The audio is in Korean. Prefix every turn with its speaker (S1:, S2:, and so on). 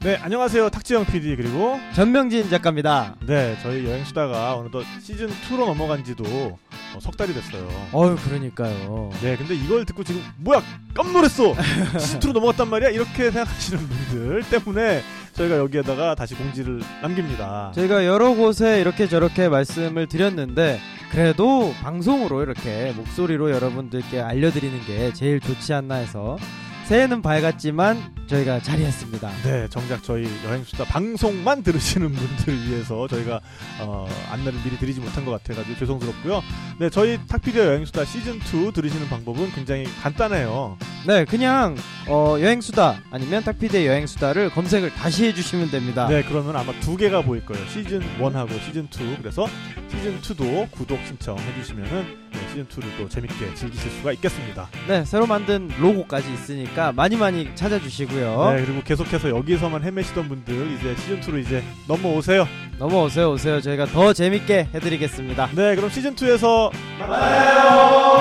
S1: 네, 안녕하세요. 탁지영 PD 그리고
S2: 전명진 작가입니다.
S1: 네, 저희 여행 수다가 어느덧 시즌 2로 넘어간 지도 어, 석 달이 됐어요.
S2: 어유 그러니까요.
S1: 네, 근데 이걸 듣고 지금 뭐야 깜놀했어 시즌 2로 넘어갔단 말이야 이렇게 생각하시는 분들 때문에 저희가 여기에다가 다시 공지를 남깁니다.
S2: 저희가 여러 곳에 이렇게 저렇게 말씀을 드렸는데 그래도 방송으로 이렇게 목소리로 여러분들께 알려드리는 게 제일 좋지 않나 해서 새해는 밝았지만 저희가 자리했습니다.
S1: 네, 정작 저희 여행 수다 방송만 들으시는 분들을 위해서 저희가 어, 안내를 미리 드리지 못한 것 같아가지고 죄송스럽고요. 네, 저희 탁피디와 여행 수다 시즌 2 들으시는 방법은 굉장히 간단해요.
S2: 네, 그냥 어, 여행수다 아니면 탁피디의 여행수다를 검색을 다시 해주시면 됩니다.
S1: 네, 그러면 아마 두 개가 보일 거예요. 시즌 1하고 시즌 2. 그래서 시즌 2도 구독 신청해 주시면은 네, 시즌 2를 또 재밌게 즐기실 수가 있겠습니다.
S2: 네, 새로 만든 로고까지 있으니까 많이 많이 찾아주시고요.
S1: 네, 그리고 계속해서 여기에서만 헤매시던 분들 이제 시즌 2로 이제 넘어오세요.
S2: 넘어오세요, 오세요. 저희가 더 재밌게 해드리겠습니다.
S1: 네, 그럼 시즌 2에서 만나요.